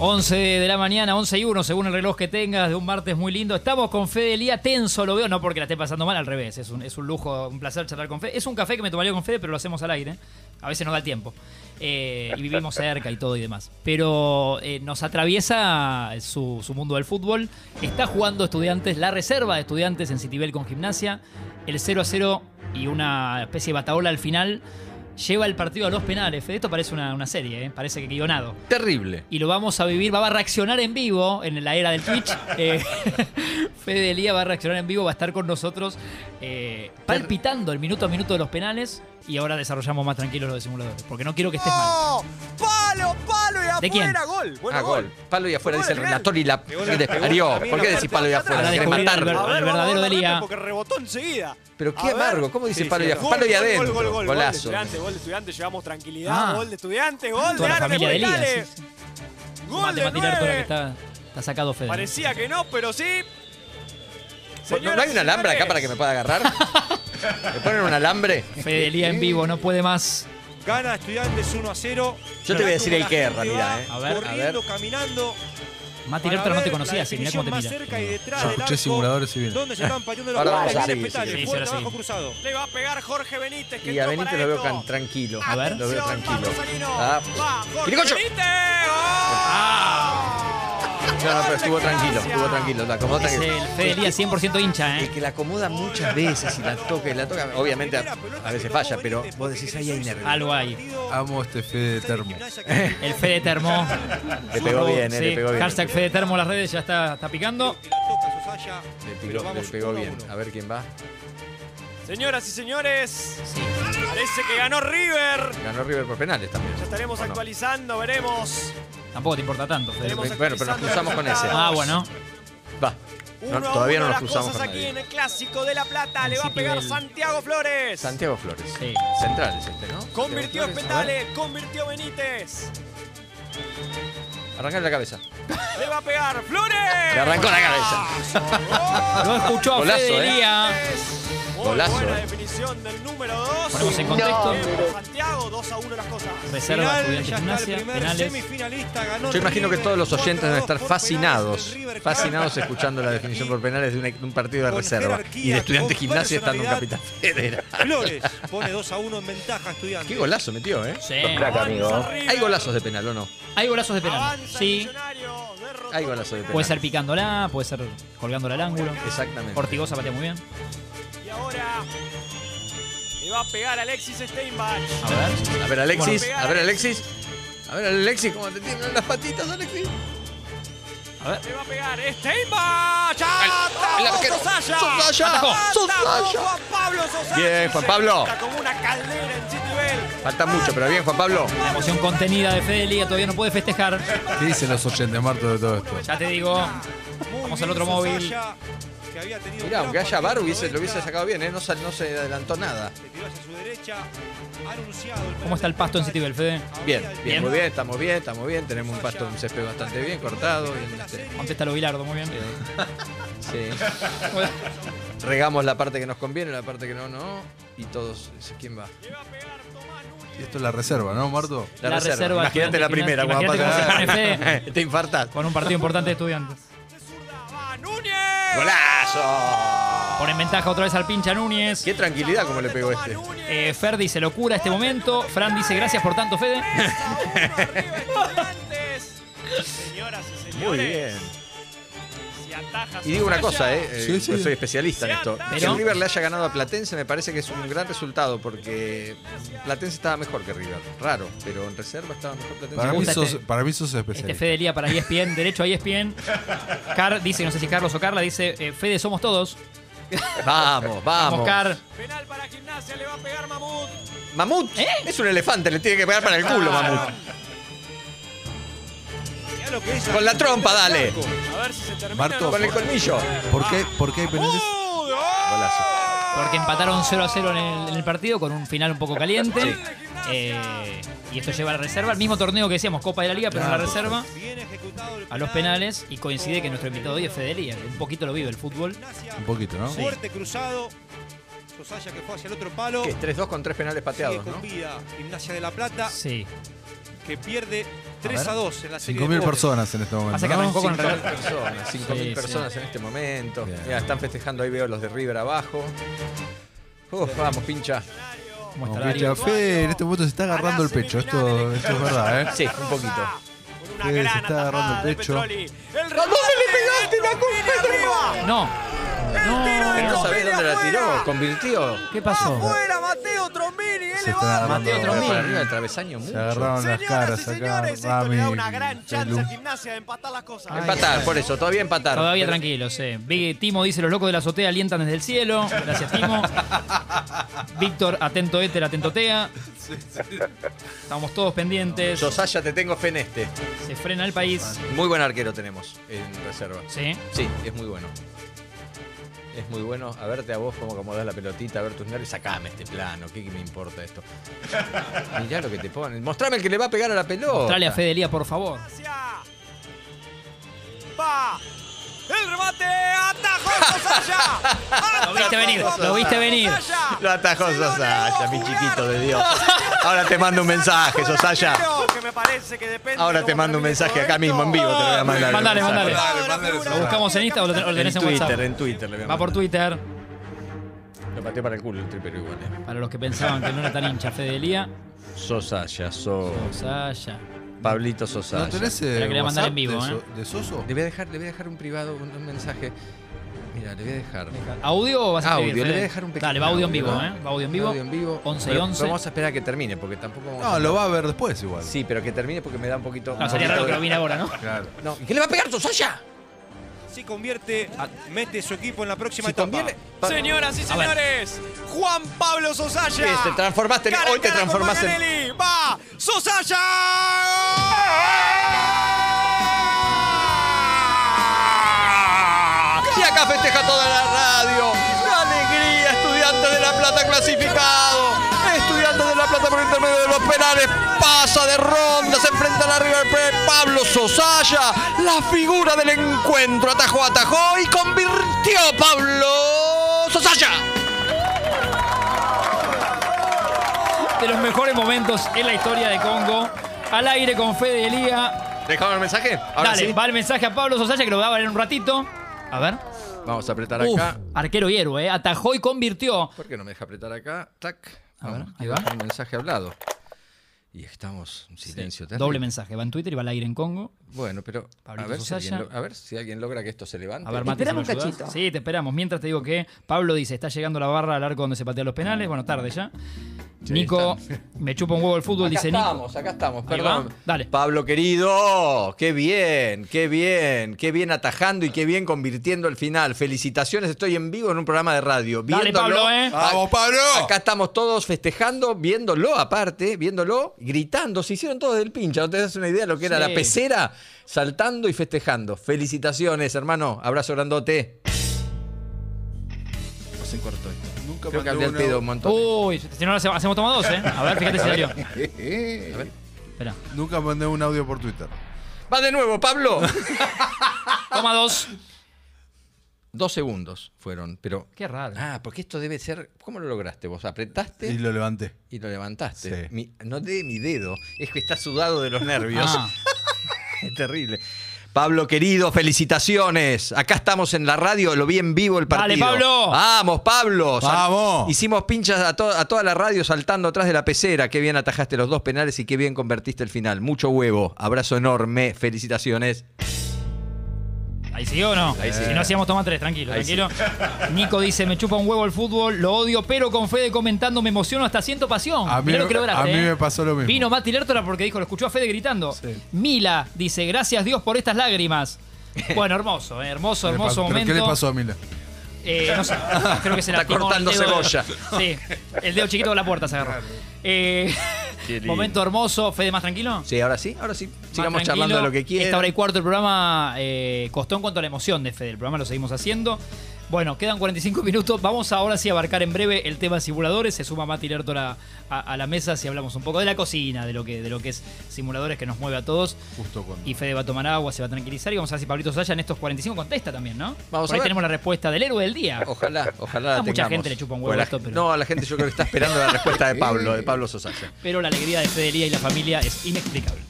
11 de la mañana, 11 y 1, según el reloj que tengas, de un martes muy lindo. Estamos con Fede Lía, tenso lo veo, no porque la esté pasando mal, al revés. Es un, es un lujo, un placer charlar con Fede. Es un café que me tomaría con Fede, pero lo hacemos al aire. ¿eh? A veces no da el tiempo. Eh, y vivimos cerca y todo y demás. Pero eh, nos atraviesa su, su mundo del fútbol. Está jugando estudiantes, la reserva de estudiantes en Citibel con gimnasia. El 0 a 0 y una especie de bataola al final lleva el partido a los penales. Fede, Esto parece una, una serie, ¿eh? parece que guionado. Terrible. Y lo vamos a vivir, va a reaccionar en vivo en la era del Twitch. Eh, Fede Lía va a reaccionar en vivo, va a estar con nosotros eh, palpitando el minuto a minuto de los penales y ahora desarrollamos más tranquilos los simuladores, porque no quiero que estés mal. ¡Oh! ¡Palo, palo y afuera! ¿De quién? ¡Gol! Bueno, Ah, gol. Palo y afuera, Gol dice el del relator y la. Pegó la- y de- pegó la- Arió, a mí ¿Por la qué decís parte palo y de afuera? atrás. Querés Ahora descubrí el matarlo. ver- el verdadero de de Lía. Porque rebotó enseguida. Pero qué A ver. amargo. ¿Cómo dice Sí, palo sí, y gol, afuera? Palo y gol, adentro. Gol, gol, gol, gol de Golazo. estudiante, gol de estudiante. Llevamos tranquilidad. Ah. Gol de estudiante, gol de Toda la arte familia de Lía, Vitales. sí, Gol Mate de Mati Lertora, que nueve. está, está sacado Fede. Parecía que no, pero sí. ¿No, no hay un alambre acá para que me pueda agarrar? ¿Me ponen un alambre? Fede Lía en vivo, no puede más. Gana Estudiantes 1 a 0. Yo te voy a decir el qué, en realidad, ¿eh? A ver, a corriendo, caminando. Mati para Lertora no ver te la conocía, así, mirá definición cómo te más mira. cerca y detrás Yo del escuché arco, simuladores y bien. Donde se están pañando los Ahora jugadores. vamos a Viene seguir, Petaglia, sí, sí. fuerte Sí, ahora abajo sí. cruzado. Le va a pegar Jorge Benítez. Que Y a entró Benítez para lo veo esto. tan tranquilo. A ver. Lo veo Atención, tranquilo. Marcelino. Ah. Va, Jorge ¡Quiricocho! Benítez. ¡Ah! No, no, pero estuvo tranquilo, estuvo tranquilo. La acomoda Es que. el Fede Lía 100% hincha, El ¿eh? que la acomoda muchas veces y la toca y la toca. Obviamente a, a veces falla, pero vos decís ahí hay nervios. Algo ahí. Amo este Fede de termo. El Fede Termo. Le pegó bien, eh, Sí, le pegó bien. Hashtag Fede Termo en las redes ya está, está picando. Le pegó, le pegó bien. A ver quién va. Señoras y señores, Sí. parece que ganó River. Ganó River por penales también. Ya estaremos ¿O no? actualizando, veremos. Tampoco te importa tanto, Fede. Tenemos- Bueno, pero nos cruzamos con ese. Ah, bueno. Va. Uno No, a todavía uno no nos las cruzamos cosas con aquí en nadie. el Clásico de La Plata. En Le va a City pegar del- Santiago Flores. Santiago Flores. Sí. Central es este, ¿no? Santiago Convirtió Flores, a ver. Espetales, convirtió Benítez. Arrancale la cabeza. Le va a pegar Flores. Le arrancó la cabeza. Lo escuchó a Golazo, Fede eh. Lía. Muy Golazo, buena eh. definición del número 2. Ponemos pues, en contexto. Santiago, 2 a 1 las cosas. Reserva, Final, estudiante ya está el gimnasia, primer penales. semifinalista. Ganó Yo imagino que River, todos los oyentes deben 4-2 estar por penales, el fascinados, River fascinados campeón. escuchando la definición por penales de un, de un partido de Con reserva. jerarquía, Y de estudiante con gimnasia estando un capitán personalidad. federal. Flores pone 2 a 1 en ventaja a Estudiantes. Qué golazo metió, ¿eh? Sí. amigo. Hay golazos de penal, ¿o no? Hay golazos de penal. Avanza Sí. Millonario, derrotó Hay golazo de penal. Puede ser picándola, puede ser colgándola al ángulo. Exactamente. Ortigosa patea muy bien. Y ahora le va a pegar Alexis Steinbach. A ver. A ver, Alexis. A ver, Alexis. A ver, Alexis, cómo te tienen las patitas, Alexis. A ver. Le va a pegar Steinbach. El ¡Atajó arquero. Sosaya! Sosaya. ¡Atajó Sosaya. Juan Pablo Sosaya! Bien, Juan Pablo. Se como una caldera en Citibel. Falta mucho, pero bien, Juan Pablo. La emoción contenida de Fede Lía todavía no puede festejar. ¿Qué dicen los oyentes, Marto, de todo esto? Ya te digo. Muy Vamos bien al otro Sosaya, móvil. que había tenido Mirá, un aunque gran haya partido bar, en hubiese, lo hubiese 90, sacado bien, ¿eh? No, sal- no se adelantó nada. Se tiró hacia su derecha. ha anunciado el ¿Cómo está el pasto en penal de Citibel, Fede? Había Bien, Bien. bien, muy bien, estamos bien, estamos bien. Tenemos un pasto, un césped bastante bien cortado. bien, este, Contesta lo Bilardo, muy bien. sí. Regamos la parte que nos conviene, la parte que no, no. Y todos, ¿quién va? Le va a pegar Tomás Núñez. Y esto es la reserva, ¿no, Marto? La reserva, Imagínate la imagínate, primera, cuando imagínate pasa. cómo se pone Te infartás. Con un partido importante de estudiantes. De zurda va Núñez. ¡Golazo! Pone en ventaja otra vez al pincha Núñez. Qué tranquilidad como le pegó este. Eh, Fer dice locura este momento. Fran dice gracias por tanto, Fede. Señoras y señores. Muy bien. Si ataja Y digo una cosa, ¿eh? eh, Sí, sí. yo soy especialista en esto. Pero- Que el River le haya ganado a Platense me parece que es un gran resultado porque Platense estaba mejor que River. Raro, pero en reserva estaba mejor Platense. Para mí gusta sos, este- para mí sos Este especialista. Fede Lía para ESPN, derecho a E ESPN. Car dice, no sé si es Carlos o Carla, dice eh, Fede somos todos. Vamos, vamos. Vamos, Car. Penal para gimnasia, le va a pegar Mamut. Mamut ¿Eh? es un elefante, le tiene que pegar para el culo, Mamut. Mirá lo que es Con la Argentino trompa, del dale. Blanco. A ver si se termina. Marto, ¿no? Con el colmillo. ¿Por Ah. qué, por qué hay penales? ¡Mamut! Golazo. Porque empataron 0 a 0 en el, en el partido con un final un poco caliente. Eh, y esto lleva a la reserva. El mismo torneo que decíamos, Copa de la Liga, pero en la reserva. Bien ejecutado el A los penales. Y coincide que nuestro invitado hoy es Fede Lía. Un poquito lo vive el fútbol. Gimnasia, Un poquito, ¿no? Fuerte cruzado. Sosaya que fue hacia el otro palo. ¿Qué? 3-2 con 3 penales Sigue pateados, con ¿no? vida. Gimnasia de la Plata. Sí. que pierde 3 a, ver. 2 en la serie. de 5.000 pobres. personas en este momento. Pasa que arrancó con el 5.000 reloj. personas, 5.000 Sí, personas en este momento. Bien. Mirá, están festejando, ahí veo los de River abajo. Uf, vamos, pincha. ¿Cómo Como está que Darío? Chafé en este momento se está agarrando el pecho. Esto, esto es verdad, ¿eh? Sí, un poquito. Con una Sí, se gran está agarrando atajada el de pecho. Petroli. El rebote le pegaste la arriba. No. Pero no No. sabés dónde la tiró, convirtió. ¿Qué pasó? Fuera Mateo Trombini, él Se le está va. agarrando Mateo Trombini. Trombini. Para arriba del travesaño Se mucho. agarraron las Señoras y caras acá. señores, esto le da una gran Rami, chance Pelu. a Gimnasia de empatar las cosas. Ay. Empatar, por eso, todavía empatar. Todavía Pero- tranquilo, sí. Big- Timo dice, los locos de la azotea alientan desde el cielo. Gracias, Timo. Víctor, atento éter, atento tea. Estamos todos pendientes. Sosaya, te tengo fe en este. Se frena el país. Muy buen arquero tenemos en reserva. Sí. Sí, es muy bueno. Es muy bueno. A verte a vos cómo acomodás la pelotita, a ver tus nervios. Sacame este plano, ¿qué, qué me importa esto? Mirá lo que te ponen. Mostrame el que le va a pegar a la pelota. Mostrale a Fedelía, por favor. Gimnasia. Va. El remate. Atajó Sosaya. Atajó Lo viste venir, lo viste venir. Sosaya. Lo atajó Se lo Sosaya, negó mi jugar. chiquito de Dios. Ahora te mando un mensaje, Sosaya. Que me parece que depende Ahora de te cómo mando un termine mensaje todo acá mismo en esto. vivo. Te lo voy a mandar. Mandale, Un mensaje. mandale. ¿Lo buscamos en Insta o lo ten- o lo En tenés en Twitter, WhatsApp? en Twitter. Le voy a Va por mandar. Twitter. Lo pateó para el culo el tripero igual. eh. Para los que pensaban que no era tan hincha pues Fedelía. Sosaya, so. Sosaya. Pablito ¿No Sosaya. tenés Espera eh, que le voy a mandar WhatsApp en vivo, de, ¿eh? So- de Soso? Le voy a dejar, le voy a dejar un privado, un, un mensaje. Mira, le voy a dejar. ¿Audio o vas a escribir? Audio, le Fede? voy a dejar un pequeño Dale, va audio en vivo, audio, ¿eh? Va audio en vivo. Audio en vivo. 11 y Pero 11. Vamos a esperar a que termine, porque tampoco vamos No, a... lo va a ver después igual. Sí, pero que termine porque me da un poquito. No, sería raro que lo mire ahora, ¿no? Claro. No, ¿y qué le va a pegar Sosaya? Si convierte, mete su equipo en la próxima Si etapa. conviene. Pa- Señoras y A ver. señores, Juan Pablo Sosaya. Sí, te transformaste en- Cara a hoy te cara con transformaste en- Paganelli. Va, Sosaya. Y acá festeja toda la radio. ¡Qué alegría! Estudiante de La Plata clasificado. Estudiante de La Plata por intermedio de los penales. Pasa de ronda, se enfrenta a la River Plate. Pablo Sosaya, la figura del encuentro. Atajó, atajó y convirtió Pablo Sosaya. De los mejores momentos en la historia de Congo. Al aire con Fede Elía. ¿Dejaron el mensaje? Ahora Dale, sí. va el mensaje a Pablo Sosaya que lo daba en un ratito. A ver. Vamos a apretar Uf, acá. arquero y héroe, ¿eh? Atajó y convirtió. ¿Por qué no me deja apretar acá? Tac. A ver, Vamos, ahí va. Un mensaje hablado. Y estamos en silencio. terrible. Doble mensaje. Va en Twitter y va al aire en Congo. Bueno, pero a Pablito ver, si Sosaya. alguien lo- a ver si alguien logra que esto se levante. A ver, Mati, si Esperame me un ayudás. cachito. Sí, te esperamos. Mientras te digo que Pablo dice, está llegando la barra al arco donde se patean los penales. Bueno, tarde ya. Sí, Nico, están. me chupa un huevo el fútbol, acá dice Nico. estamos, acá estamos, Ahí perdón. va, dale. Pablo querido, qué bien, qué bien, qué bien atajando y qué bien convirtiendo el final. Felicitaciones, estoy en vivo en un programa de radio. Dale, Pablo, ¿eh? ¡Vamos, Pablo! Acá estamos todos festejando, viéndolo aparte, viéndolo, gritando. Se hicieron todos del pincha. ¿No te das una idea de lo que era Sí. la pecera? Saltando y festejando. Felicitaciones, hermano. Abrazo grandote. No se cortó esto. Nunca Creo que hablé mandó al pedo un uno- montón. Uy, si no, hace- hacemos toma dos, ¿eh? A ver, fíjate si salió. Eh, eh. Espera. Nunca mandé un audio por Twitter. Va de nuevo, Pablo. Toma dos. Dos segundos fueron, pero. Qué raro. Ah, porque esto debe ser. ¿Cómo lo lograste? Vos apretaste Y lo levanté. y lo levantaste. Sí. Mi- no de mi dedo, es que está sudado de los nervios. Ah, Es terrible. Pablo querido, felicitaciones. Acá estamos en la radio, lo vi en vivo el partido. Dale, Pablo. Vamos, Pablo. Sal- Vamos. Hicimos pinchas a, to- a toda la radio saltando atrás de la pecera. Qué bien atajaste los dos penales y qué bien convertiste el final. Mucho huevo. Abrazo enorme. Felicitaciones. ahí sí o no. Ahí sí. Si no hacíamos toma tres, tranquilo, Ahí sí. tranquilo. Nico dice, me chupa un huevo el fútbol, lo odio, pero con Fede comentando me emociono hasta siento pasión. A mí, Mirá lo que lograste, a mí ¿eh? me pasó lo mismo. Vino Mati Lertora porque dijo, lo escuchó a Fede gritando. Mila dice, gracias Dios por estas lágrimas. Bueno, hermoso, ¿eh? hermoso, ¿Qué le hermoso pasó? ¿Pero momento. ¿Qué le pasó a Mila? Eh, no sé, creo que se la Está picó cortando el dedo- cebolla. Sí, el dedo chiquito de la puerta se agarró. Eh, momento hermoso. Fede, ¿más tranquilo? Sí, ahora sí, ahora sí. Más Sigamos tranquilo. charlando de lo que Esta hora quieran. y cuarto el programa eh, costó en cuanto a la emoción de Fede. El programa lo seguimos haciendo. Bueno, quedan 45 minutos. Vamos ahora sí a abarcar en breve el tema simuladores. Se suma Mati Lertora a, a la mesa si hablamos un poco de la cocina, de lo que, de lo que es simuladores que nos mueve a todos. Justo cuando. Y Fede va a tomar agua, se va a tranquilizar y vamos a ver si Pablito Saya en estos 45 contesta también, ¿no? Vamos Por a ahí ver. Oh. tenemos la respuesta del héroe del día. Ojalá, ojalá. A la mucha tengamos. gente le chupa un huevo O la- esto, pero- No, a la gente yo creo que está esperando la respuesta de Pablo, de Pablo Sosaya. Pero la alegría de Fede Lía y la familia es inexplicable.